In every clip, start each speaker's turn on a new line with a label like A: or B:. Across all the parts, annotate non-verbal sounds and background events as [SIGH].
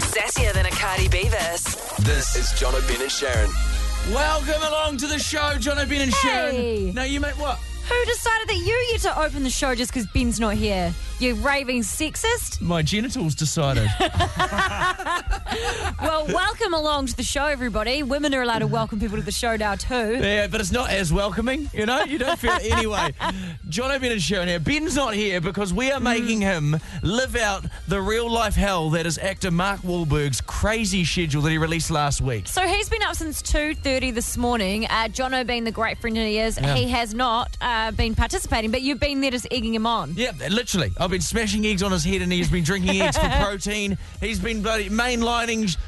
A: Sassier than a Cardi B verse.
B: This is John O'Brien and Sharon.
C: Welcome along to the show, John O'Brien and
D: Hey.
C: Sharon. Now you mate, what?
D: Who decided that you get to open the show just because Ben's not here? You raving sexist?
C: My genitals decided. [LAUGHS]
D: Well, welcome along to the show, everybody. Women are allowed to welcome people to the show now, too.
C: yeah, but it's not as welcoming, you know? You don't feel it anyway. John O'Brien and Sharon here. Ben's not here because we are making him live out the real life hell that is actor Mark Wahlberg's crazy schedule that he released last week.
D: So he's been up since 2.30 this morning. Uh, Jono, being the great friend that he is,
C: Yeah.
D: he has not uh, been participating, but you've been there just egging him on.
C: Yeah, literally. I've been smashing eggs on his head and he's been drinking eggs
D: [LAUGHS]
C: for protein. He's been bloody mainlining,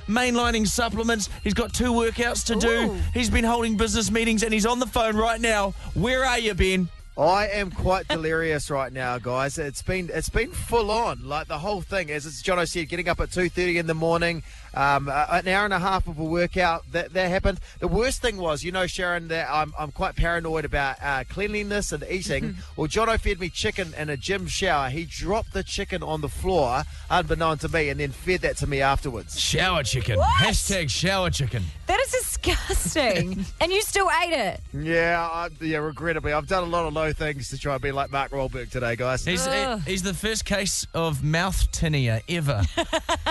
C: mainlining supplements. He's got two workouts to do.
D: Ooh.
C: He's been holding business meetings and he's on the phone right now. Where are you, Ben?
E: I am quite delirious right now, guys. It's been it's been full on, like the whole thing. As it's Jono said, getting up at two thirty in the morning, um, uh, an hour and a half of a workout that that happened. The worst thing was, you know, Sharon, that I'm I'm quite paranoid about uh, cleanliness and eating. well, Jono fed me chicken in a gym shower. He dropped the chicken on the floor, unbeknown to me, and then fed that to me afterwards.
C: Shower chicken. Hashtag shower chicken.
D: That is
C: [LAUGHS]
D: disgusting. and you still ate it.
E: Yeah, I, yeah. Regrettably, I've done a lot of low things to try and be like Mark Wahlberg today, guys.
C: He's,
D: Ugh.
C: he's the first case of mouth tinea ever.
D: [LAUGHS]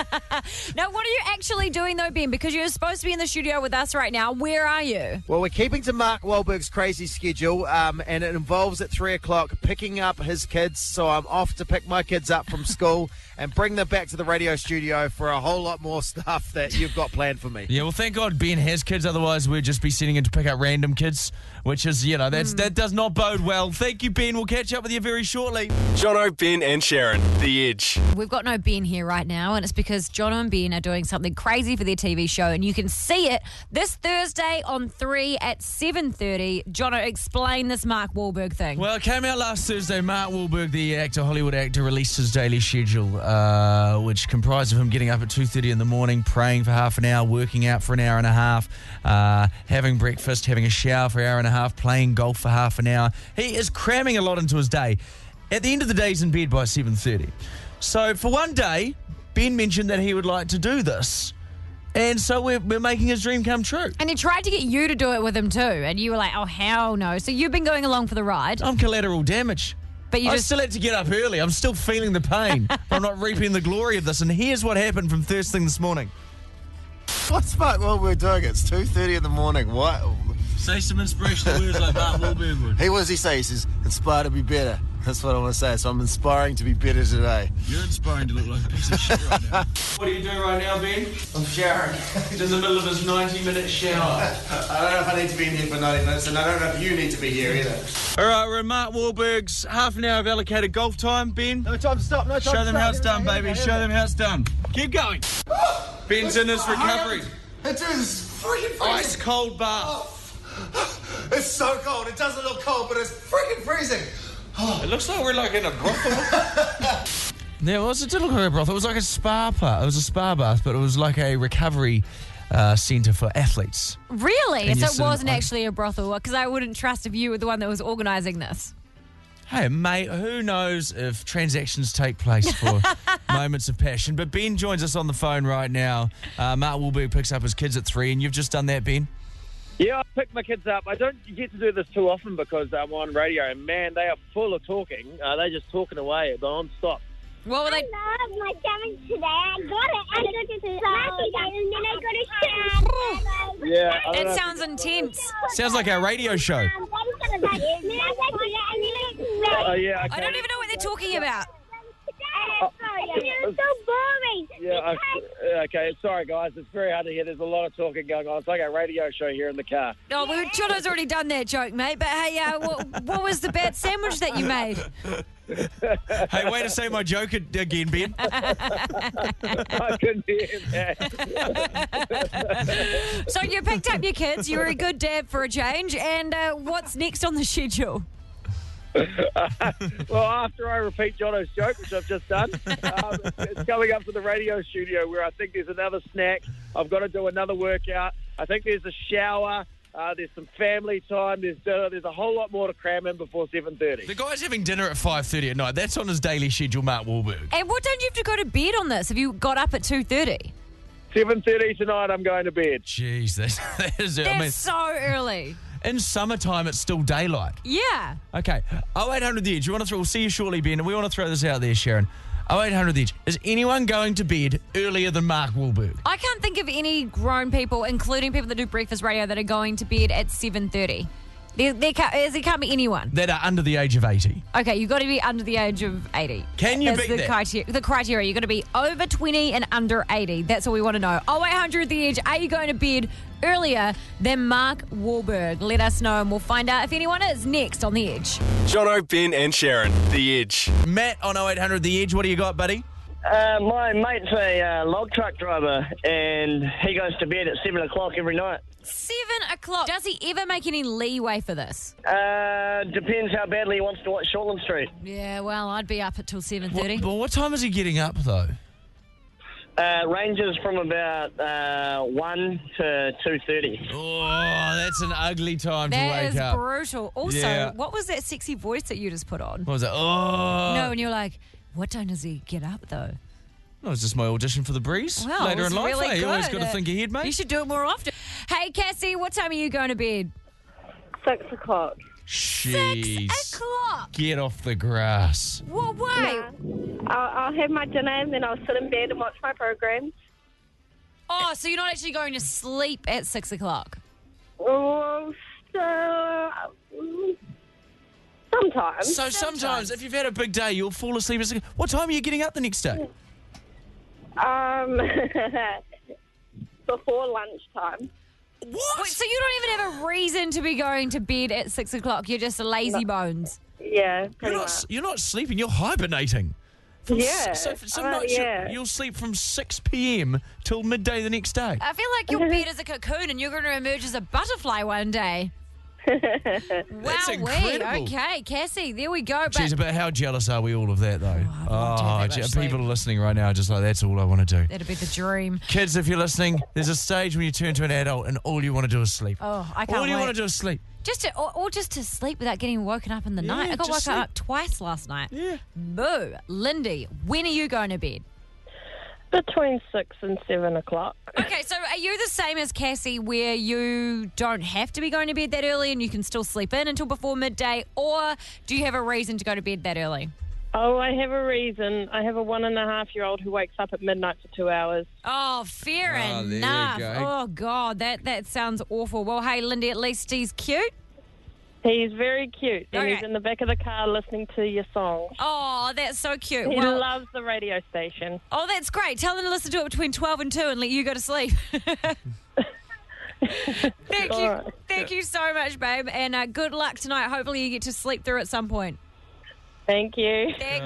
D: Now, what are you actually doing, though, Ben? Because you're supposed to be in the studio with us right now. Where are you?
E: Well, we're keeping to Mark Wahlberg's crazy schedule, um, and it involves at three o'clock picking up his kids. So I'm off to pick my kids up
C: [LAUGHS]
E: from school and bring them back to the radio studio for a whole lot more stuff that you've got planned for me.
C: yeah, well, thank God Ben has kids. Otherwise, we'd just be sending him to pick up random kids, which is, you know, that's
D: Hmm.
C: that does not bode well. Thank you, Ben. We'll catch up with you very shortly.
B: John O'Brien and Sharon, The Edge.
D: We've got no Ben here right now, and it's because John and Ben are doing something crazy for their TV show, and you can see it this Thursday on three at seven thirty. John, explain this Mark Wahlberg thing.
C: Well, it came out last Thursday. Mark Wahlberg, the actor, Hollywood actor, released his daily schedule, uh, which comprised of him getting up at two thirty in the morning, praying for half an hour, working out for an hour and a half, uh, having breakfast, having a shower for an hour and a half, playing golf for half an hour. He is cramming a lot into his day. At the end of the day, he's in bed by seven thirty. So for one day, Ben mentioned that he would like to do this, and so we're, we're making his dream come true.
D: and he tried to get you to do it with him too, and you were like, "Oh hell no!" So you've been going along for the ride,
C: I'm collateral damage.
D: but you
C: I
D: just
C: still had to get up early. I'm still feeling the [LAUGHS] pain. I'm not reaping the glory of this. And here's what happened from first thing this morning.
E: What's Mark Wahlberg doing? It's two thirty in the morning. What?
C: Say some inspirational words like Mark Wahlberg would.
E: Hey, what does he say? He says, "Inspire to be better." That's what I want to say. So I'm inspiring to be better today.
C: You're inspiring to look like a piece of shit right now. [LAUGHS] What are you doing right now, Ben?
E: I'm Sharon.
C: He's in the middle of his 90 minute shower.
E: I don't know if I need to be in here for 90 minutes, and I don't know if you need to be here either.
C: All right, we're in Mark Wahlberg's half an hour of allocated golf time. Ben,
E: No time to stop. No time
C: show them how it's done, baby. Show them how it's done. Keep [GASPS] going. Ben's in his recovery.
E: It is freaking
C: Ice cold bath.
E: It's so cold. It doesn't look cold, but it's freaking freezing.
C: It looks like we're like in a brothel. [LAUGHS] yeah, it was. It did look like a brothel. It was like a spa bath. It was a spa bath, but it was like a recovery uh, centre for athletes.
D: really.
C: And
D: So
C: you
D: it
C: sit in
D: wasn't
C: one.
D: actually a brothel because I wouldn't trust if you were the one that was organising this.
C: Hey, mate, who knows if transactions take place for moments of passion? But Ben joins us on the phone right now. Uh, Mark Wahlberg picks up his kids at three, and you've just done that, Ben.
F: Yeah, I pick my kids up. I don't get to do this too often because I'm on radio, and man, they are full of talking. Uh, they're just talking away non-stop.
D: What were they?
G: love my challenge today. I got it. I got it. And then I got a shower.
F: Yeah, I don't
D: That
F: know.
D: sounds intense.
C: Sounds like our radio show.
G: Um,
F: Oh, yeah, okay.
D: I don't even know what they're talking about.
H: Oh,
G: You're so boring.
F: Yeah, I, yeah, Uh, okay. Sorry, guys. It's very hard to hear. There's a lot of talking going on. It's like a radio show here in the car. [LAUGHS]
D: Oh, well, Jono's already done that joke, mate. But hey, uh, what, what was the bad sandwich that you made?
C: Hey, way to say my joke ad- again,
D: [LAUGHS]
C: Ben.
F: I couldn't hear that.
D: So you picked up your kids. You were a good dad for a change. And uh, what's next on the schedule?
F: Well, after I repeat Jono's joke, which I've just done, um, it's- it's coming up to the radio studio where I think there's another snack. I've got to do another workout. I think there's a shower. Uh, there's some family time. There's dinner. There's a whole lot more to cram in before seven thirty.
C: The guy's having dinner at 5.30 at night. That's on his daily schedule, Mark Wahlberg.
D: And what time do you have to go to bed on this? If you got up at two thirty?
F: Seven thirty tonight. I'm going to bed.
C: Jeez, that's, that [LAUGHS] is early.
D: That's
C: I mean,
D: so early.
C: in summertime, it's still daylight.
D: Yeah.
C: Okay. 0800 The Edge. You want to throw, we'll see you shortly, Ben. And we want to throw this out there, Sharon. 0800 The Edge. Is anyone going to bed earlier than Mark Wahlberg?
D: I can't think of any grown people, including people that do breakfast radio, that are going to bed at 7.30. There, there, can't, there can't be anyone.
C: That are under the age of 80.
D: Okay, you've got to be under the age of 80.
C: Can you
D: That's
C: beat
D: the
C: that?
D: Criteria, the criteria. You've got to be over 20 and under 80. That's all we want to know. Oh, 0800 The Edge, are you going to bed earlier than Mark Wahlberg? Let us know and we'll find out if anyone is next on The Edge.
B: Jono, Ben, and Sharon. The Edge.
C: Matt on 0800 The Edge. What do you got, buddy?
I: Uh, my mate's a uh, log truck driver, and he goes to bed at seven o'clock every night.
D: 7 o'clock. Does he ever make any leeway for this?
I: Uh, depends how badly he wants to watch Shortland Street.
D: Yeah, well, I'd be up until 7.30.
C: What, but what time is he getting up, though?
I: Uh, ranges from about uh, one to two thirty.
C: Oh, that's an ugly time to
D: That
C: wake
D: is
C: up.
D: brutal. Also,
C: Yeah.
D: what was that sexy voice that you just put on?
C: what was that? Oh.
D: no, and you're like, what time does he get up though?
C: That was just Oh, my audition for The Breeze.
D: Well,
C: Later
D: it's
C: in life,
D: really
C: eh?
D: good.
C: You always got to
D: Uh,
C: think ahead, mate.
D: You should do it more often. Hey, Cassie, what time are you going to bed?
J: Six o'clock.
C: Jeez.
D: Six o'clock.
C: Get off the grass.
D: What way?
J: I'll, I'll have my dinner and then I'll sit in bed and watch my programs.
D: Oh, so you're not actually going to sleep at six o'clock?
J: Oh, so, mm, sometimes.
C: So sometimes, if you've had a big day, you'll fall asleep. At six- what time are you getting up the next day?
J: Um, [LAUGHS] before lunchtime.
C: What?
D: Wait, so you don't even have a reason to be going to bed at six o'clock. You're just a lazy bones.
J: Yeah,
C: you're,
J: pretty
C: not,
J: much.
C: s- you're not sleeping. You're hibernating. From
J: Yeah.
C: s- So, for some
J: Uh,
C: nights
J: yeah.
C: you'll, you'll sleep from 6 p.m. till midday the next day.
D: I feel like your bed is a cocoon and you're going to emerge as a butterfly one day. wow,
C: That's incredible.
D: Okay, Cassie, there we go. But
C: Jeez, but how jealous are we all of that, though?
D: Oh, I'd love to have that
C: je-
D: much sleep.
C: people are listening right now, are just like that's all I want to do.
D: That'd be the dream.
C: Kids, if you're listening, there's a stage when you turn to an adult and all you want to do is sleep.
D: Oh, I can't
C: All you
D: wait.
C: want to do is sleep.
D: Just to, or, or just to sleep without getting woken up in the night.
C: Yeah,
D: I got woken
C: just sleep.
D: up twice last night.
C: Yeah.
D: Boo. Lindy, when are you going to bed?
J: Between six and seven o'clock.
D: Okay, so are you the same as Cassie where you don't have to be going to bed that early and you can still sleep in until before midday? Or do you have a reason to go to bed that early?
J: Oh, I have a reason. I have a one and a half year old who wakes up at midnight for two hours.
D: Oh, fair
C: Oh, there you
D: enough.
C: go.
D: Oh, God, that, that sounds awful. Well, hey, Lindy, at least he's cute.
J: He's very cute and he's
D: Okay.
J: in the back of the car listening to your songs.
D: Oh, that's so cute.
J: He
D: Well,
J: loves the radio station.
D: Oh, that's great. Tell them to listen to it between 12 and 2 and let you go to sleep. [LAUGHS] thank you.
J: Alright.
D: Thank you so much, babe. And uh, good luck tonight. Hopefully, you get to sleep through at some point.
J: Thank you.
D: Thank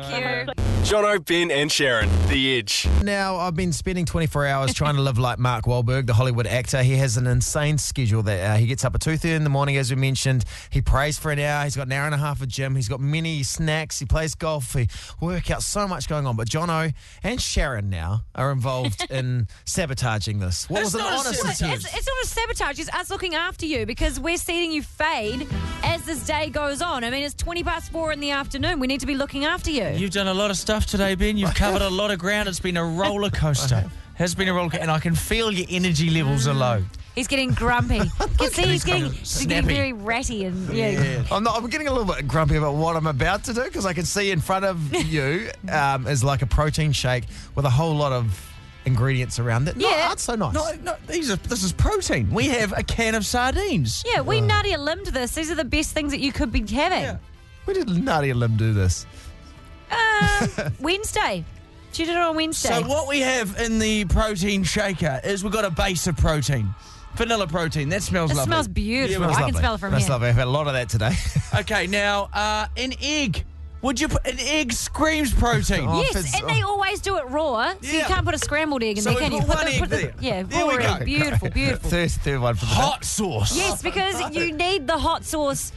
D: you.
B: Jono, Ben, and Sharon. The Edge.
E: Now, I've been spending 24 hours trying to live like Mark Wahlberg, the Hollywood actor. He has an insane schedule that uh, he gets up at 2.30 in the morning, as we mentioned. He prays for an hour. He's got an hour and a half of gym. He's got many snacks. He plays golf. He work out so much going on. But Jono and Sharon now
C: [LAUGHS]
E: are involved in sabotaging this. What
C: It's
E: was an
C: not a
E: honest
C: sabotage.
E: attempt?
D: It's, it's not a sabotage. It's us looking after you because we're seeing you fade as this day goes on. I mean, it's 20 past 4 in the afternoon. We need to be looking after you.
C: You've done a lot of stuff today, Ben. You've covered a lot of ground. It's been a
E: [LAUGHS]
C: roller coaster. Has been a roller coaster, and I can feel your energy levels are low.
E: Mm.
D: He's getting grumpy.
C: [LAUGHS]
D: You can see he's getting,
C: grumpy.
D: he's getting
C: Snappy.
D: very ratty and yeah.
E: I'm, not, I'm getting a little bit grumpy about what I'm about to do because I can see in
D: [LAUGHS]
E: front of you um, is like a protein shake with a whole lot of ingredients around it.
D: Yeah.
E: Not, not so nice.
C: No, no, these are, this is protein. We have a can of sardines.
D: Yeah, we nutty a limb to this. These are the best things that you could be having.
E: Where did Nadia Lim do this?
D: Um,
C: [LAUGHS]
D: Wednesday. She did it on Wednesday.
C: So what we have in the protein shaker is we've got a base of protein, vanilla protein. That smells
D: It
C: lovely.
D: smells beautiful.
E: That's
D: I can
E: lovely.
D: smell it from
E: That's
D: here.
E: lovely. I've had a lot of that today. [LAUGHS]
C: Okay, now uh, an egg. Would you put an egg screams protein?
E: Oh,
D: Yes,
E: it's-
D: and they always do it raw, so you
C: Yeah.
D: can't put a scrambled egg in
C: So
D: there,
C: we
D: can you?
C: put one egg there.
D: Yeah,
C: There
D: raw
C: we
D: egg.
C: go. [LAUGHS]
D: Beautiful, beautiful.
E: third, third one for the
C: Hot sauce.
D: yes, because you need the hot sauce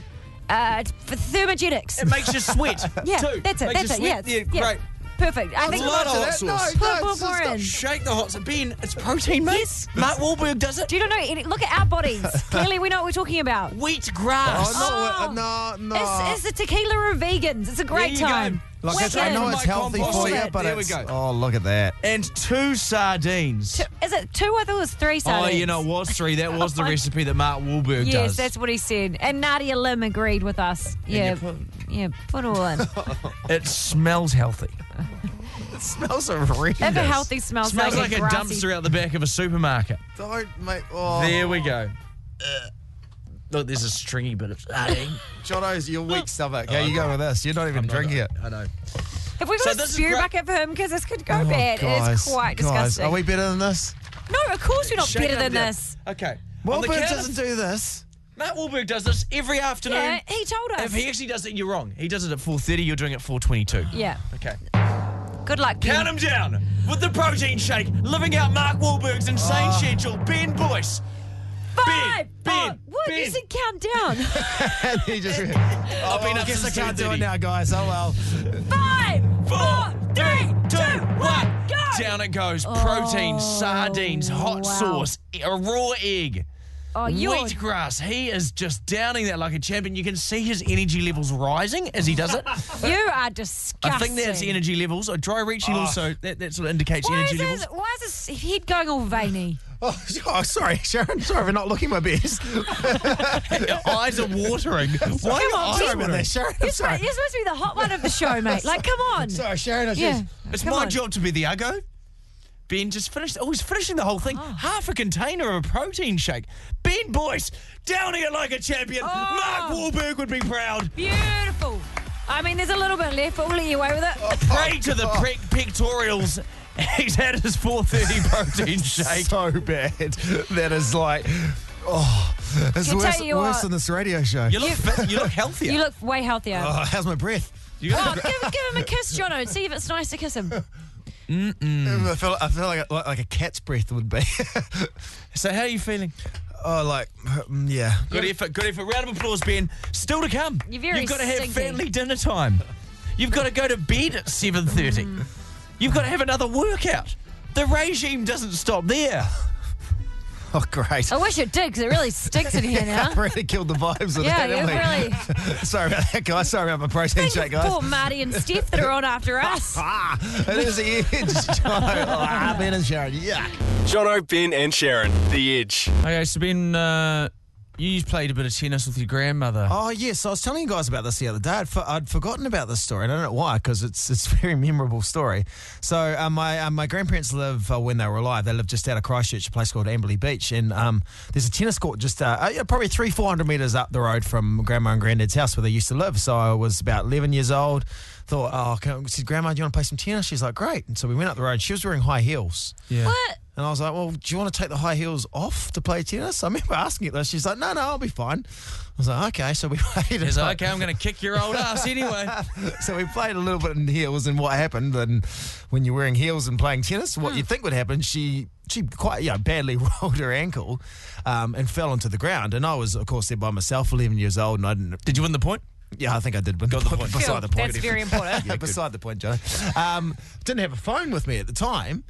D: uh, for thermogenics.
C: It makes you sweat.
D: [LAUGHS] Yeah,
C: too.
D: that's it.
C: Makes you
D: That's it.
C: sweat.
D: Yes.
C: Yeah,
D: yeah.
C: great.
D: Perfect. I think.
C: a lot of hot sauce.
D: Put more more in.
C: Shake the hot sauce. Ben, it's protein, mate.
D: Yes.
C: Mark Wahlberg does it.
D: Do you not know? any- Look at
C: [LAUGHS]
D: our bodies. Clearly, we know what we're talking about.
C: Wheat grass.
E: Oh, no, uh, no, no.
D: It's, it's the tequila of vegans. It's a great
C: There you go.
D: time.
E: Look, it's, I
D: Wicked.
E: know it's
C: My
E: healthy
C: compost.
E: for
C: Look
E: you,
C: at
E: but
C: that. There we
E: it's
C: go.
E: oh look at that. [LAUGHS]
C: and two sardines.
D: Is it two? I thought it was three
C: Oh,
D: sardines.
C: you know what? Three. That was
D: [LAUGHS]
C: the recipe that Mark Wahlberg
D: Yes,
C: does.
D: that's what he said. And Nadia Lim agreed with us. Yeah, yeah, put
E: [LAUGHS]
D: on.
E: Oh,
D: if
C: It smells healthy. it smells horrendous.
D: a healthy smell
C: smells like, a
D: grassy-
C: dumpster out the back of a supermarket.
E: Don't mate. Oh,
C: There we go.
D: Uh.
C: Look, there's a stringy bit of sardine.
E: Jono's your
C: Oh.
E: weak stomach. How you go with this? You're not even drinking it.
C: I know.
D: Have we
C: So
D: got a
C: this is
D: spew
C: gra-
D: bucket for him? Because this could go
E: Oh,
D: bad.
E: guys,
D: it's quite
E: guys,
D: disgusting.
E: Are we better than this?
D: No, of course we're not
C: Shake
D: better
C: it
D: than
C: down.
D: this.
C: Okay. On the
E: Wilbur
C: count of-
E: doesn't do this. [LAUGHS]
C: Matt Wahlberg does this every afternoon.
D: Yeah, he told us.
C: If he actually does it, you're wrong. He does it at 4.30, you're doing it at 4.22.
D: yeah,
C: Okay.
D: good luck. Ben.
C: Count him down with the protein shake, living out Mark Wahlberg's insane
D: Oh.
C: schedule. Ben Boyce.
D: Five.
C: Ben,
D: oh, what? You
C: Ben.
D: said count down. [LAUGHS]
E: And he just. [LAUGHS] oh,
C: I've been
E: I
C: up
E: guess I
C: since
E: can't do
C: 3:30.
E: it now, guys. Oh well.
D: Five,
C: Four, three, two, one.
D: go. Oh,
C: Down it goes. Protein, sardines, hot
D: wow.
C: sauce, a raw egg.
D: Oh, you're
C: Wheatgrass. He is just downing that like a champion. You can see his energy levels rising as he
D: [LAUGHS]
C: does it.
D: you are disgusting.
C: I think that's energy levels. A dry reaching also that, that sort of indicates
D: Why
C: energy
D: is,
C: levels.
D: his, why is his head going
C: [LAUGHS]
D: all veiny?
E: Oh, [LAUGHS] oh, sorry, Sharon. Sorry for not looking my [LAUGHS] best.
C: Your [LAUGHS] eyes are watering.
D: [LAUGHS]
C: Why are your
D: on,
C: eyes
E: sorry about
C: watering?
E: that, Sharon. I'm
D: You're supposed,
E: sorry.
D: you're supposed to be the hot one of the show, mate. Like, come
C: [LAUGHS]
D: on.
E: Sorry, Sharon. I
D: Yeah.
E: just.
C: It's
D: Come
C: my
D: on.
C: job to be the uggo. Ben just finished. Oh, he's finishing the whole thing. Half a container of a protein shake. Ben Boyce downing it like a champion.
D: Oh.
C: Mark Wahlberg would be proud.
D: [LAUGHS] Beautiful. I mean, there's a little bit left, but we'll let you away with it.
C: Pray to the pre- pectorials. [LAUGHS] He's had his
D: [LAUGHS]
C: 4:30 protein shake.
E: so bad. [LAUGHS] That is like, oh, it's
D: Can
E: worse,
D: tell you
E: worse
D: what.
E: than this radio show.
C: You look fit. You look healthier.
D: You look way healthier.
E: oh, how's my breath?
C: You got
D: Oh,
C: the-
D: give, give him a kiss, Jono. See if it's nice to kiss him.
C: Hmm.
E: I feel, I feel like, like like a cat's breath would be. [LAUGHS]
C: so how are you feeling?
E: oh, like mm, yeah.
C: Good effort. Good effort. Round of applause, Ben. Still to come.
D: You're very
C: You've got to have
D: stinky.
C: family dinner time. You've got to go to bed at 7:30.
D: Mm.
C: You've got to have another workout. The regime doesn't stop there.
E: Oh, great.
D: I wish it did, because it really stinks in
E: [LAUGHS]
C: [LAUGHS]
D: here now.
E: really killed the vibes with
D: Yeah,
E: that, didn't
D: you
E: we?
D: really.
E: [LAUGHS] Sorry about that, guys. Sorry about my protein
D: Think
E: shake,
D: of
E: guys.
D: poor Marty and Steph that are on
C: [LAUGHS]
D: after us.
E: Ah, it is the [LAUGHS] edge.
D: [LAUGHS]
E: ah, Ben and Sharon, yuck.
B: Jono, Ben, and Sharon, the edge.
C: Okay, so Ben, uh, you played a bit of tennis with your grandmother.
E: Oh yes, I was telling you guys about this the other day. I'd, for, I'd forgotten about this story. I don't know why, because it's it's [LAUGHS] a very memorable story. So uh, my uh, my grandparents live uh, when they were alive. They lived just out of Christchurch, a place called Amberley Beach, and um, there's a tennis court just uh, uh, yeah, probably three four hundred meters up the road from Grandma and Granddad's house where they used to live. So I was about eleven years old. Thought, oh, can, said Grandma, do you want to play some tennis? She's like, great. And so we went up the road. She was wearing high heels.
C: yeah.
D: What?
E: And I was like, well, do you want to take the high heels off to play tennis? I remember asking it though. She's like, no, no, I'll be fine. I was like, okay. So we [LAUGHS] played.
C: He's
E: a-
C: like, okay, I'm going to kick your old [LAUGHS] ass anyway.
E: [LAUGHS] so we played a little bit in heels, and what happened? And when you're wearing heels and playing tennis, what
C: Hmm.
E: you think would happen? She she quite you know, badly [LAUGHS] rolled her ankle, um, and fell onto the ground. And I was, of course, there by myself, 11 years old, and I didn't.
C: Did you win the point?
E: Yeah, I think I did. But
C: Got the point.
E: Beside the point.
D: That's very important.
E: [LAUGHS] Yeah, beside the point, Johnny. Um, didn't have a phone with me at the time.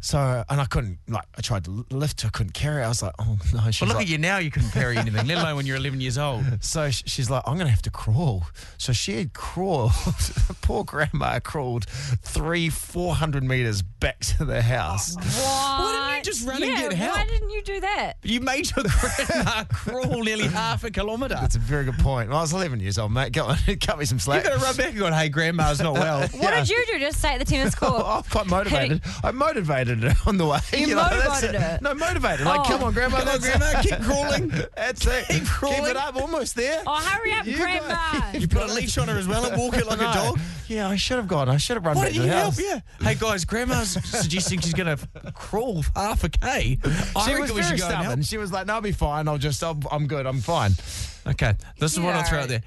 E: So, and I couldn't, like, I tried to lift her, couldn't carry her. I was like, oh no. She's
C: Well, look
E: like,
C: at you now. You couldn't parry anything, let alone when you're 11 years old.
E: so sh- she's like, I'm going to have to crawl. So she had crawled, [LAUGHS] poor grandma crawled three, 400 meters back to the house.
C: Oh.
D: Why
C: didn't you just run and
D: yeah,
C: get
D: Why
C: help?
D: didn't you do that?
C: You made your grandma [LAUGHS] crawl nearly half a kilometre.
E: That's a very good point. Well, I was 11 years old, mate. Go on, [LAUGHS] cut me some
C: You've
E: slack.
C: got to
E: [LAUGHS]
C: run back and go, hey, grandma's not well.
D: What did you do? Just stay at the tennis court.
C: Oh,
E: I'm quite motivated. I motivated her on the way. [LAUGHS]
D: You
E: that's
D: motivated
E: it.
D: her.
E: No, motivated. Like,
D: Oh.
E: come on, grandma.
C: [LAUGHS] Come on,
E: that's it.
C: grandma, keep crawling.
E: That's it.
C: Keep
E: Keep
C: crawling.
E: it up. Almost there.
D: Oh, hurry up,
E: You
D: Grandma.
E: guys-
C: You put a leash on her as well and walk [LAUGHS] it like
E: No.
C: a dog.
E: Yeah, I should have gone. I should have run
C: Why
E: back
C: didn't
E: to
C: you
E: the
C: help?
E: house.
C: Yeah. Hey, guys, [LAUGHS] grandma's suggesting she's going to crawl half a K. I
E: She
C: reckon
E: was
C: we should
E: very
C: go and help.
E: stubborn. She was like, "No, I'll be fine. I'll just, I'll, I'm good. I'm fine."
C: Okay, this is what I'll
D: Yeah.
C: throw out there.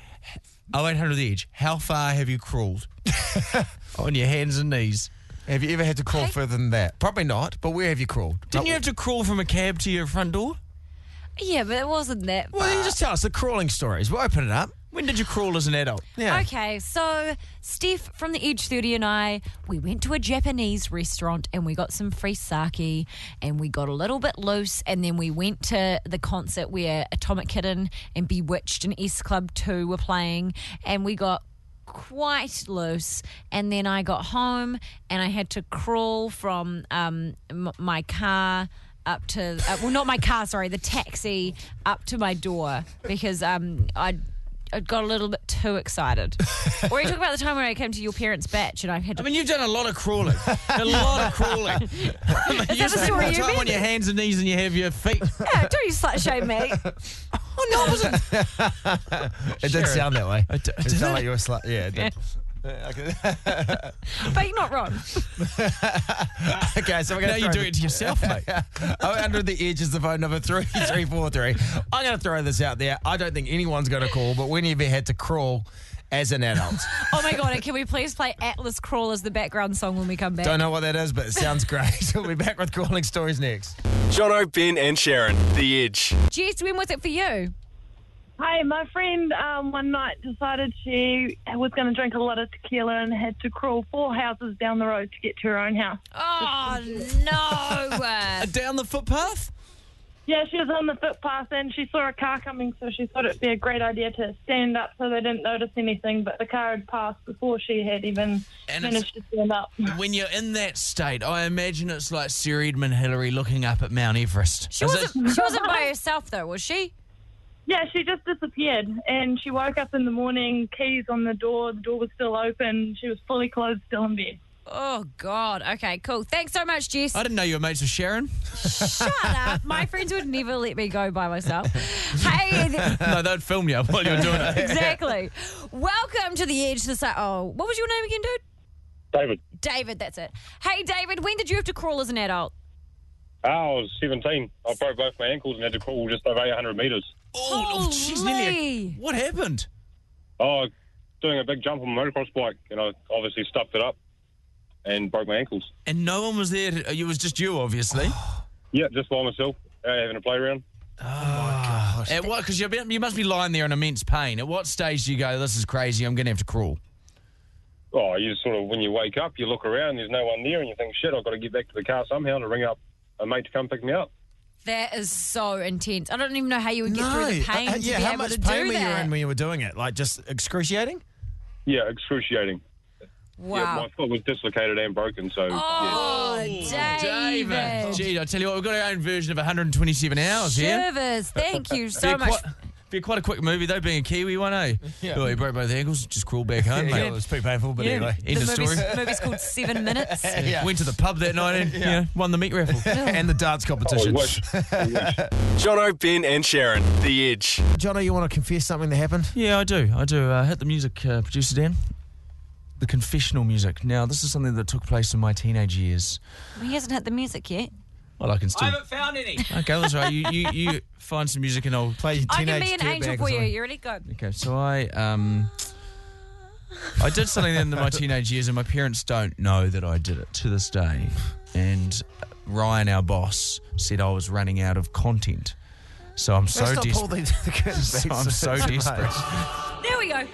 C: 0800 The Edge, how far have you [LAUGHS] crawled? On your hands and knees.
E: Have you ever had to crawl further than that? Probably not. But where have you crawled?
C: Didn't you have to crawl from a cab to your front door?
D: Yeah, but it wasn't that.
E: Well,
D: bad.
E: then just tell us the crawling stories. We'll open it up.
C: When did you crawl as an adult?
E: Yeah.
D: Okay, so Steph from the Edge 30 and I, we went to a Japanese restaurant and we got some free sake and we got a little bit loose and then we went to the concert where Atomic Kitten and Bewitched and S Club 2 were playing and we got quite loose. And then I got home and I had to crawl from um, m- my car up to, uh, well, not my car, sorry, the taxi up to my door because um, I. I got a little bit
C: [LAUGHS]
D: too excited. or you talk about the time when I came to your parents' batch and I had to
C: I mean, you've done a lot of crawling. A lot of crawling. [LAUGHS] I mean, you
D: the
C: spend
D: story
C: more
D: you
C: time
D: mean?
C: on
D: [LAUGHS]
C: your hands and knees and you have your [LAUGHS] feet.
D: Yeah, don't you slut shame
C: [LAUGHS]
D: me.
C: Oh, no, it wasn't.
E: It did
C: Sharon.
E: sound that way.
C: d-
E: it
C: did
E: sounded
C: it?
E: like you were slut. Yeah,
C: [LAUGHS]
E: it did.
D: But you're not wrong.
E: okay, so we're
C: Now
E: going
C: you do it to yourself, mate.
E: [LAUGHS] Oh, under the edge is the phone number [LAUGHS] 3343. I'm going to throw this out there. I don't think anyone's going to call, but when have you had to crawl as an adult?
D: Oh my god, and can we please play Atlas Crawl as the background song when we come back?
E: don't know what that is, but it sounds great. [LAUGHS] we'll be back with crawling stories next.
B: Jono, Ben, and Sharon, The Edge.
D: Jess, when was it for you?
J: Hey, my friend um, one night decided she was going to drink a lot of tequila and had to crawl four houses down the road to get to her own house.
D: Oh no.
J: [LAUGHS]
C: Down the footpath?
J: Yeah, she was on the footpath and she saw a car coming, so she thought it'd be a great idea to stand up so they didn't notice anything. But the car had passed before she had even
C: And it's-
J: managed to stand
H: [LAUGHS]
J: up.
C: When you're in that state, I imagine it's like Sir Edmund Hillary looking up at Mount Everest.
D: She
C: Is
D: wasn't she wasn't by herself though, was she?
J: Yeah, she just disappeared, and she woke up in the morning, keys on the door, the door was still open, she was fully clothed, still in bed.
D: Oh god. Okay, cool. Thanks so much, Jess.
C: I didn't know you were mates with Sharon.
D: Shut up. My friends would never let me go by myself. Hey th-
C: no, they'd film you while you're doing it.
D: Exactly. Welcome to the Edge Society. Oh, what was your name again, dude?
H: David,
D: David, that's it. Hey, David, when did you have to crawl as an adult?
H: I was 17. I broke both my ankles and had to crawl just over 800 metres.
C: Oh, she's nearly.
D: Holy.
C: What happened?
H: I was Oh, doing a big jump on my motocross bike and I obviously stuffed it up and broke my ankles.
C: And no one was there. To, uh, it was just you, obviously.
E: Oh,
H: Yeah, just by myself, uh, having a playground.
C: At what? Because you must be lying there in immense pain. At what stage do you go? This is crazy. I'm going to have to crawl.
H: Oh, you sort of, when you wake up, you look around, there's no one there, and you think, shit, I've got to get back to the car somehow to ring up a mate to come pick me up.
D: That is so intense. I don't even know how you would get through the pain
E: Uh, uh,
D: to
E: yeah,
D: be
E: how
D: able
E: much
D: to
E: pain
D: do
E: were
D: that.
E: you in when you were doing it? Like just excruciating?
H: Yeah, excruciating. Yeah,
D: wow.
H: my foot was dislocated and broken, so
D: Oh, David.
C: Gee, I tell you what, we've got our own version of 127 hours here.
D: Shivers. Thank you
C: Be
D: so much.
C: Quite, be quite a quick movie though, being a Kiwi one, eh?
E: Yeah.
C: Oh, he broke both ankles. Just crawl back home,
E: Yeah,
C: mate.
E: it was pretty painful, but
C: Yeah.
E: anyway.
C: End
D: the
C: of
D: movie's,
C: story.
D: movie's called Seven Minutes.
E: Yeah.
C: Went to the pub that night and you know, won the meat raffle.
E: and the dance
H: yeah.
C: Oh,
E: competition.
H: I wish. I wish.
B: Jono, Ben, and Sharon, The Edge.
E: Jono, you want to confess something that happened?
C: Yeah, I do. I do. Uh, hit the music, uh, producer Dan. The confessional music. Now, this is something that took place in my teenage years.
D: [LAUGHS] He hasn't hit the music yet.
C: Well, I can still.
B: found any.
C: [LAUGHS] Okay, that's right. You, you, you find some music and I'll.
E: Play your
D: I
E: teenage
D: can be an
E: dirtbag
D: angel
E: or
D: for you.
E: something.
D: You ready? Go.
C: Okay, so I um, I did something in my teenage years, and my parents don't know that I did it to this day. And Ryan, our boss, said I was running out of content. So I'm so
E: Let's not pull
C: desperate.
E: these the
D: [LAUGHS]
E: [LAUGHS]
C: [LAUGHS]
E: curtains
C: So
E: back
C: I'm so
E: much.
C: desperate
D: There we go.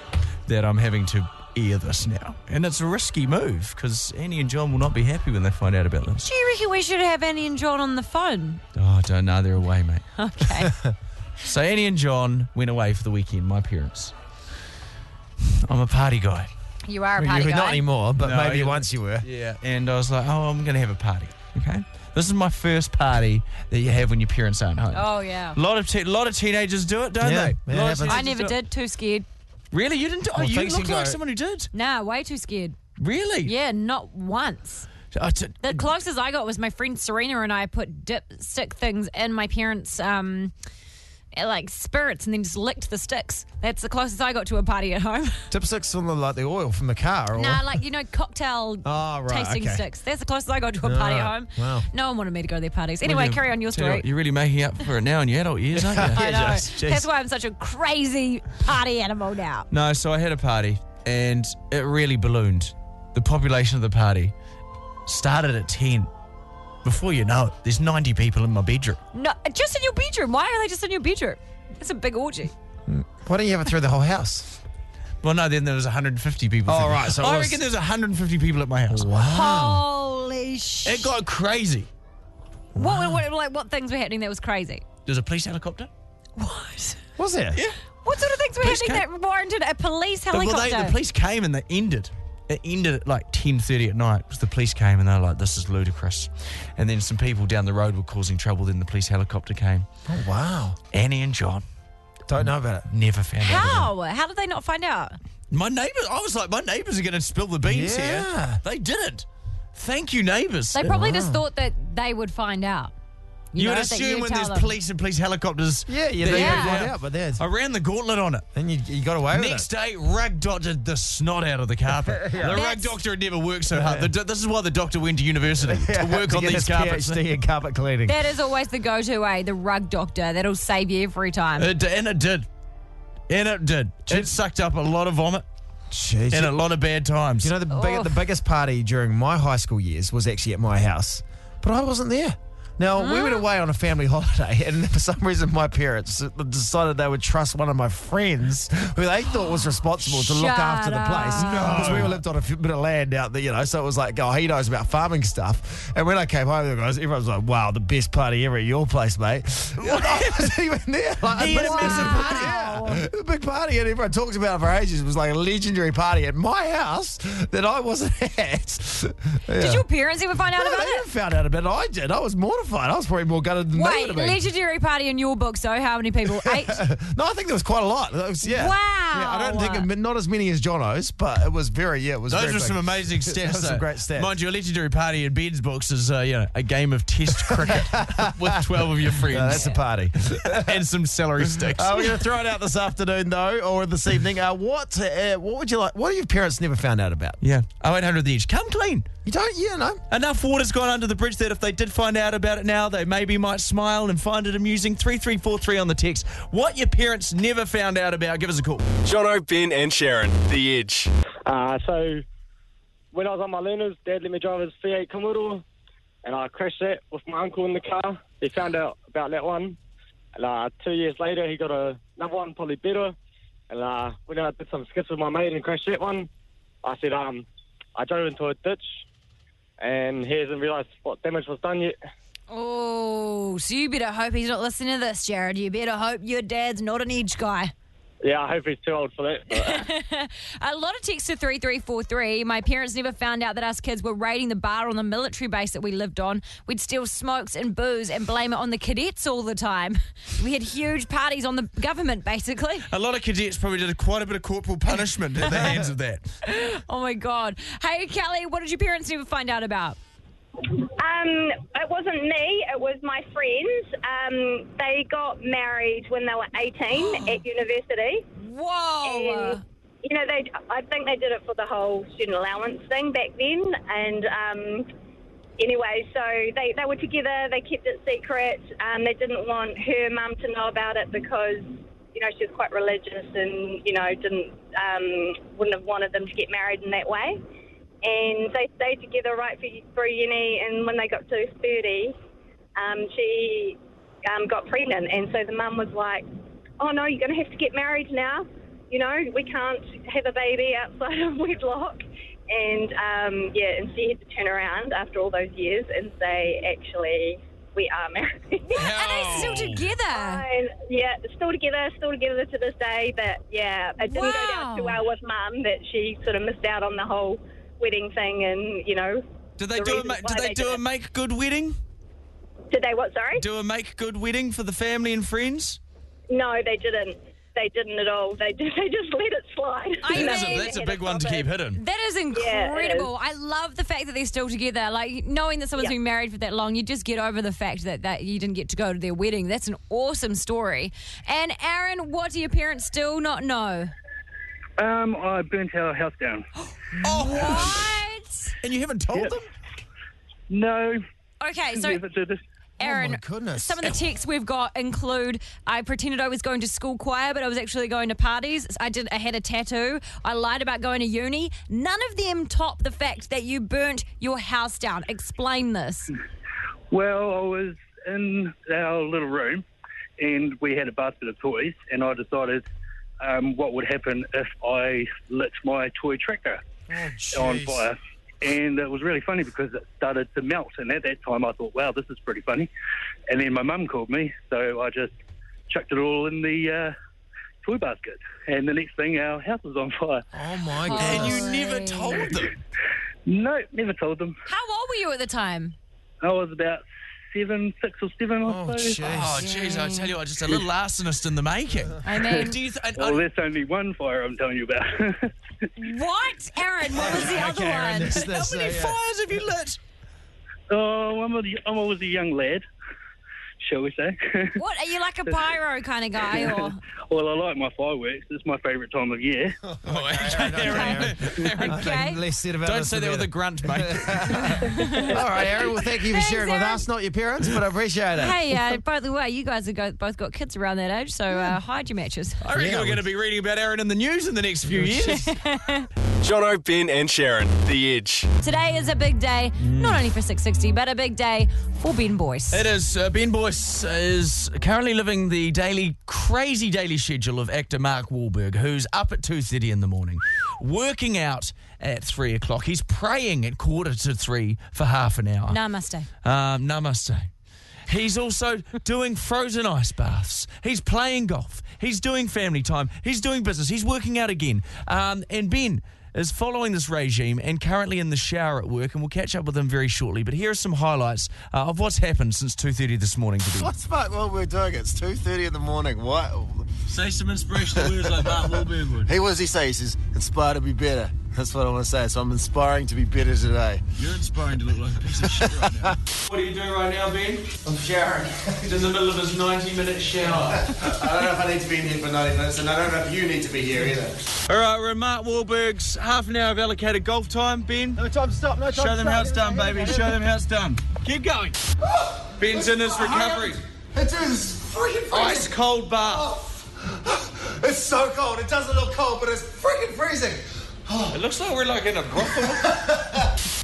C: that I'm having to air this now, and it's a risky move because Annie and John will not be happy when they find out about this.
D: Do you reckon we should have Annie and John on the phone?
C: [LAUGHS] Oh, I don't know. They're away, mate.
D: Okay.
C: [LAUGHS] So Annie and John went away for the weekend. My parents. I'm a party guy.
D: you are a
E: You're
D: party
E: not
D: guy.
E: anymore, but
C: No,
E: maybe
C: yeah.
E: once you were.
C: Yeah, and I was like, oh, I'm going to have a party. Okay, this is my first party that you have when your parents aren't home.
D: Oh, yeah.
C: A lot of te- lot of teenagers do it, don't
E: Yeah,
C: they?
E: it
C: Lot of
E: happens.
D: I
C: teenagers
D: never
C: do it.
D: did. Too scared.
C: Really, you didn't? Do- oh,
E: Well,
C: you
E: thanks,
C: look
E: you
C: like
E: go-
C: someone who did.
D: Nah, way too scared.
C: Really?
D: Yeah, not once.
C: Oh, t-
D: The closest I got was my friend Serena and I put dipstick things in my parents' um, like spirits and then just licked the sticks. That's the closest I got to a party at home. [LAUGHS]
E: Dipsticks on the like the oil from the car, or
D: nah, like you know, cocktail
E: Oh, right,
D: tasting
E: okay.
D: sticks. That's the closest I got to a party at
E: Ah,
D: home.
E: wow.
D: No one wanted me to go to their parties. Anyway,
C: Well,
D: carry on your
C: tell you
D: story.
C: what, you're really making up for it now in your adult years, aren't
D: [LAUGHS]
E: [LAUGHS]
C: you?
D: [LAUGHS] I know.
E: Yes, jeez.
D: That's why I'm such a crazy party animal now.
C: No, so I had a party and it really ballooned. The population of the party started at ten. Before you know it, there's 90 people in my bedroom.
D: No, just in your bedroom. Why are they just in your bedroom? It's a big orgy.
E: why don't you have it through the whole house?
C: Well, no, then there was 150 people.
E: Oh,
C: for me.
E: right, so it
C: I
E: was-
C: reckon there's 150 people at my house.
D: Holy shit!
C: It got crazy.
D: What, what, like, what things were happening that was crazy?
C: There was a police helicopter.
D: What?
E: Was there? Yeah.
D: Was What sort of things were
C: Police
D: happening
C: came-
D: that warranted a police
C: But,
D: helicopter?
C: well, they, the police came and they ended. It ended at like ten thirty at night because the police came and they were like, "This is ludicrous," and then some people down the road were causing trouble. Then the police helicopter came.
E: Oh, wow.
C: Annie and John
E: Don't know about it.
C: never found out. about
D: How? How did they not find out?
C: it. My neighbours, I was like, my neighbours are going to spill the beans
E: Yeah.
C: here. They didn't. Thank you, neighbours.
D: They probably just thought that they would find out.
C: Ah. you would
D: know, that
C: assume
D: you'd
C: when
D: tell
C: there's
D: them.
C: police and police helicopters.
E: Yeah, you
C: that
E: think
D: Yeah.
E: you'd find out, but there's.
C: I ran the gauntlet on it.
E: Then you, you got away
C: Next day, rag dotted the snot out of the
E: [LAUGHS]
C: carpet. The rag
D: That's-
C: doctor had never worked so hard. The do- this is why the doctor went to
E: [LAUGHS]
C: university to work
E: To
C: on
E: get
C: these
E: his
C: carpets.
E: PhD in carpet cleaning.
D: That is always the go-to way, the rug doctor. That'll save you every time.
C: It, d- and it did. And it did. It sucked up a lot of vomit
E: Jeez.
C: and a lot of bad times.
E: You know, the, big,
D: Oh.
E: the biggest party during my high school years was actually at my house, but I wasn't there. Now, we went away on a family [LAUGHS] holiday, and for some reason, my parents decided they would trust one of my friends who they thought was responsible to look
D: Shut
E: after the place.
D: up.
E: Because we all lived on a few- bit of land out there, you know, so it was like, oh, he knows about farming stuff. And when I came home, the guys, everyone was like, wow, the best party ever at your place, mate. [LAUGHS] And I wasn't even there. Like,
C: He had a massive party.
E: yeah, the big party and everyone talks about it for ages was like a legendary party at my house that I wasn't [LAUGHS] at. Yeah.
D: Did your parents even find out
E: no, they
D: about
E: didn't
D: it?
E: found out about it. I did. I was mortified. I was probably more gutted than they
D: Wait,
E: would have been.
D: legendary party in your book, so how many people?
C: [LAUGHS]
D: Eight?
E: no, I think there was quite a lot. That was- yeah.
D: Wow.
E: Yeah, I don't think it- not as many as Jono's, but it was very yeah. It was
C: Those
E: very
C: were
E: big.
C: some amazing stats.
E: [LAUGHS] Those were
C: though.
E: some great stats.
C: Mind you, a legendary party in Ben's box is uh, you know, a game of
E: [LAUGHS]
C: test cricket with 12 of your friends
E: No, that's
C: [LAUGHS]
E: a party.
C: and some celery sticks.
E: Uh, we're going to throw it out this afternoon, though, or this evening. Uh, what uh, What would you like? What have your parents never found out about?
C: yeah. 0800 The Edge. Come clean.
E: You don't, you know.
C: Enough water's gone under the bridge that if they did find out about it now, they maybe might smile and find it amusing. 3343 on the text. What your parents never found out about, give us a call.
B: Jono, Ben, and Sharon. The Edge.
F: Uh, so when I was on my learners, Dad let me drive his V8 Commodore, and I crashed that with my uncle in the car. He found out about that one. And uh, two years later, he got a, another one, probably better. And uh, when I did some skits with my mate and crashed that one, I said, um, I drove into a ditch, and he hasn't realised what damage was done yet.
D: Oh, so you better hope he's not listening to this, Jared. You better hope your dad's not an edge guy.
F: Yeah, I hope he's too old for that. But, uh,
D: A lot of texts to 3343. My parents never found out that us kids were raiding the bar on the military base that we lived on. We'd steal smokes and booze and blame it on the cadets all the time. [LAUGHS] We had huge parties on the government, basically.
C: A lot of cadets probably did quite a bit of corporal punishment
E: [LAUGHS]
C: at the hands of that.
D: Oh my God. Hey, Kelly, what did your parents never find out about?
G: Um, it wasn't me. It was my friends. Um, they got married when they were
K: [GASPS]
G: 18 at university.
D: Whoa.
G: And, you know, they I think they did it for the whole student allowance thing back then. And um, anyway, so they, they were together. They kept it secret. Um, they didn't want her mum to know about it because, you know, she was quite religious and, you know, didn't um, wouldn't have wanted them to get married in that way. And they stayed together right for, through uni. And when they got to 30, um, she um, got pregnant. And so the mum was like, oh no, you're going to have to get married now. You know, we can't have a baby outside of [LAUGHS] wedlock. And um, yeah, and she had to turn around after all those years and say, actually, we are married. [LAUGHS]
D: Are they still together?
G: And yeah, still together, still together to this day. But yeah, it didn't go down too
D: Wow.
G: well with mum that she sort of missed out on the whole wedding thing. And you know,
C: Did they
G: The
C: do a
G: reason
C: ma- did
G: why
C: they
G: they
C: do
G: did
C: a
G: it.
C: make good wedding?
G: did they what? Sorry,
C: Do a make good wedding for the family and friends?
G: no, they didn't. They didn't at all. They [LAUGHS] they just let it slide.
D: I
G: They
C: That's a,
D: mean-
C: that's a
G: had
C: big one to
G: proper-
C: keep hidden.
D: That is
G: Yeah, it is.
D: incredible. I love the fact that they're still together. Like knowing that someone's
G: Yeah.
D: been married for that long, you just get over the fact that, that you didn't get to go to their wedding. That's an awesome story. And Aaron, what do your parents still not know?
L: Um, I burnt our house down. [GASPS]
C: Oh,
D: What?
C: and you haven't told them?
L: No,
D: Okay,
L: so,
D: so
L: never did it.
M: oh
D: Aaron,
E: goodness.
D: some of the texts we've got include I pretended I was going to school choir, but I was actually going to parties. I did I had a tattoo. I lied about going to uni. None of them top the fact that you burnt your house down. Explain this.
L: Well, I was in our little room, and we had a basket of toys, and I decided um, what would happen if I lit my toy tractor on fire. And it was really funny because it started to melt, and at that time I thought, wow, this is pretty funny. And then my mum called me, so I just chucked it all in the uh, toy basket. And the next thing, our house was on fire.
M: Oh my god! And you never told
L: them? no, never told them.
D: How old were you at the time?
L: I was about seven, six or seven or
C: Oh, jeez.
L: so.
C: Oh, jeez. I tell you, what, just a little arsonist in the making.
D: I
C: [LAUGHS]
D: mean-
C: Do you th- I- I-
L: Well, that's only one fire I'm telling you about.
D: What? Aaron, what was the other one?
C: How many fires have you lit?
L: [LAUGHS] oh, I'm, a, I'm always a young lad, shall we say.
D: What? Are you like a pyro kind of guy or?
L: well, I like my fireworks. It's my favourite time of year.
E: [LAUGHS]
C: Okay.
E: Less said
C: [LAUGHS]
E: about
C: Don't
E: this
C: say
E: the
C: that with
E: better.
C: a grunt, mate.
E: All right, Aaron. Well, thank you for
D: Thanks,
E: sharing with
D: Aaron.
E: us, not your parents, but I appreciate it.
D: Hey, uh, by the way, you guys have got, both got kids around that age, so uh, hide your matches.
C: I reckon we're going to be reading about Aaron in the news in the next few years.
B: Jono, Ben, and Sharon, The Edge.
D: Today is a big day, not only for 660, but a big day for Ben Boyce.
C: It is. Uh, ben Boyce is currently living the daily, crazy daily schedule of actor Mark Wahlberg, who's up at 2.30 in the morning, working out at 3 o'clock. He's praying at quarter to 3 for half an hour.
D: Namaste.
C: Um, namaste. He's also doing frozen ice baths. He's playing golf. He's doing family time. He's doing business. He's working out again. Um, and Ben is following this regime and currently in the shower at work. And we'll catch up with him very shortly. But here are some highlights uh, of what's happened since two thirty this morning. To Ben.
E: What's Mark Wahlberg doing? It's two thirty in the morning. What?
N: Say some inspirational words like Mark Wahlberg would.
E: He what does he say? He says, "Inspire to be better." That's what I want to say. So I'm inspiring to be better today.
N: You're inspiring to look like a piece of shit right now.
C: What are you doing right now, Ben? I'm showering. He's [LAUGHS] in the middle of his 90 minute shower.
E: I don't know if I need to be in here for 90 minutes, and I don't know if you need to be here either.
C: All right, we're in Mark Wahlberg's half an hour of allocated golf time. Ben,
E: no time to stop. No time
N: to
C: Show them
N: stop.
C: how it's done, baby. Show them how it's done. Keep going. Ben's in his recovery.
E: It is freaking freezing.
C: Ice cold bath.
E: It's so cold. It doesn't look cold, but it's freaking freezing.
C: It looks like we're like in a brothel.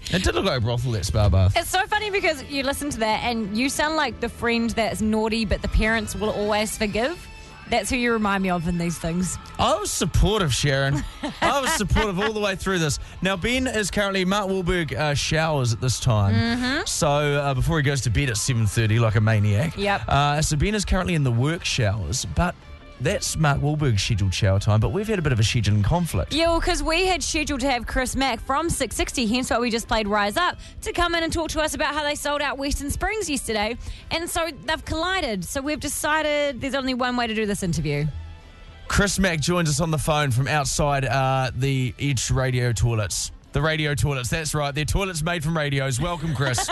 C: [LAUGHS] it did look like a brothel that spa bath.
D: It's so funny because you listen to that and you sound like the friend that's naughty, but the parents will always forgive. That's who you remind me of in these things.
C: I was supportive, Sharon. I was supportive all the way through this. Now, Ben is currently Mark Wahlberg uh, showers at this time.
D: Mhm.
C: So uh, before he goes to bed at 7.30 like a maniac.
D: Yep.
C: Uh, so Ben is currently in the work showers, but that's Mark Wahlberg's scheduled shower time. But we've had a bit of a scheduling conflict.
D: Yeah, because we had scheduled to have Chris Mack from 660, hence why we just played Rise Up, to come in and talk to us about how they sold out Western Springs yesterday. And so they've collided. So we've decided there's only one way to do this interview.
C: Chris Mack joins us on the phone from outside uh, the Edge radio toilets. The radio toilets, that's right. They're toilets made from radios. Welcome,
D: [LAUGHS]
C: Chris.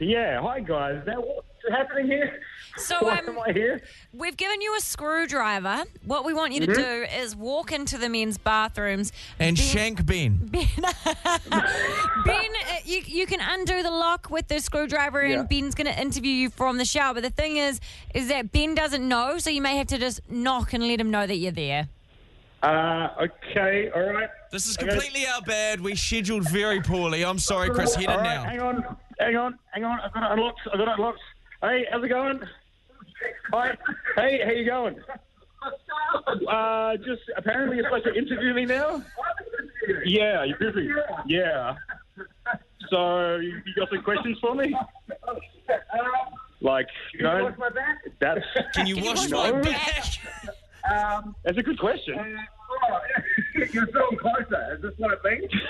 K: Yeah, hi guys. Now, what's happening here?
D: So,
K: Why
D: um,
K: am I here?
D: We've given you a screwdriver. What we want you to
C: Mhm.
D: do is walk into the men's bathrooms.
C: and
D: Ben-
C: Shank Ben.
D: Ben, [LAUGHS] ben uh, you, you can undo the lock with the screwdriver,
C: Yeah.
D: and Ben's going to interview you from the shower. But the thing is, is that Ben doesn't know, so you may have to just knock and let him know that you're there.
K: Uh, okay, all right.
C: This is
K: I gotta-
C: completely our bad. We scheduled very poorly. I'm sorry, Chris. Hit it
K: All right,
C: now.
K: Hang on, hang on, hang on. I've got it unlocked. I've got it unlocked. Hey, how's it going? Hi. Hey, how you going? Uh, just apparently you're supposed to interview me now. Yeah, you're busy. Yeah. So you you got some questions for me? Like, you know, that's.
C: Can you wash my back?
K: Um, that's a good question.
L: You're so closer. Is this what it means?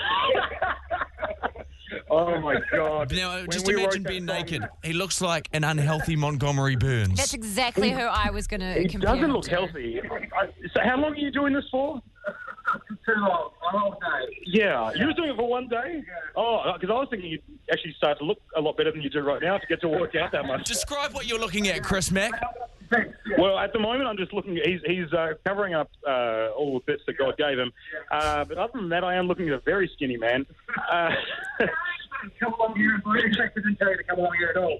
K: Oh my god!
C: Now,
K: When
C: just
K: we
C: imagine
K: wrote
C: being naked. He looks like an unhealthy Montgomery
D: That's
C: Burns.
D: exactly who I was going to
K: He
D: compare.
K: doesn't
D: him
K: look
D: to.
K: healthy. I- So how long are you doing this for? [LAUGHS] Too long. A whole day. Yeah. You were doing it for one day? Oh, because I was thinking you'd actually start to look a lot better than you do right now to get to work out that much.
C: Describe what you're looking at, Chris Mack.
K: Well, at the moment, I'm just looking. He's, he's uh, covering up uh, all the bits that God gave him. Uh, but other than that, I am looking at a very skinny man. Uh, come along here and really didn't tell you to come along here at all.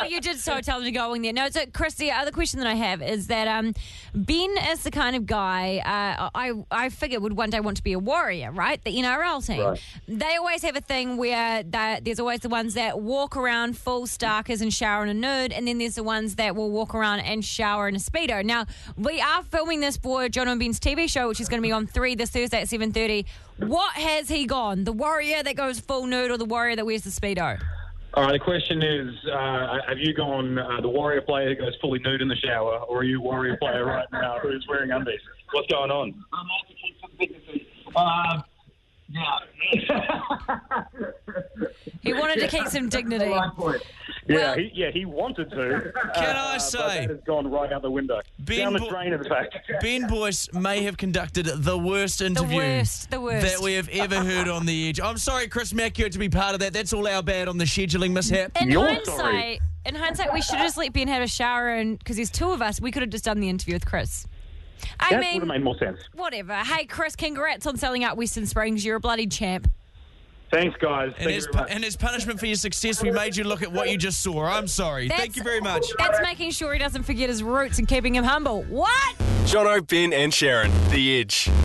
D: Oh, you did so tell him to go in there. No, so Chris, the other question that I have is that um, Ben is the kind of guy uh, I I figure would one day want to be a warrior, right? The NRL team.
O: Right.
D: They always have a thing where they, there's always the ones that walk around full starkers and shower in a nude, and then there's the ones that will walk around and shower in a speedo. Now we are filming this for John and Ben's TV show, which is going to be on three this Thursday at seven thirty. What has he gone? The warrior that goes full nude or the warrior that wears the speedo?
K: [LAUGHS] All right, the question is uh, Have you gone uh, the warrior player who goes fully nude in the shower, or are you a warrior player right now who's wearing undies? What's going on? Uh,
P: Um,
K: [LAUGHS]
D: He wanted to keep some dignity.
K: Yeah, he, yeah, he wanted to. [LAUGHS] Can I say? that has gone right out the window. Down the drain, in fact.
C: Ben Boyce may have conducted the worst interview
D: worst, the worst.
C: that we have ever heard on the edge. I'm sorry, Chris Macchio, to be part of that. That's all our bad on the scheduling mishap.
D: In hindsight, in hindsight, we should have just let Ben have a shower, and because there's two of us, we could have just done the interview with Chris. I
K: that would
D: mean,
K: have made more sense.
D: whatever. Hey, Chris, congrats on selling out Western Springs. You're a bloody champ.
K: Thanks, guys.
C: And as, pu- and as punishment for your success, we made you look at what you just saw. I'm sorry. Thank
D: That's-
C: you very much.
D: That's making sure he doesn't forget his roots and keeping him humble. What?
B: Jono, Ben, and Sharon, The Edge.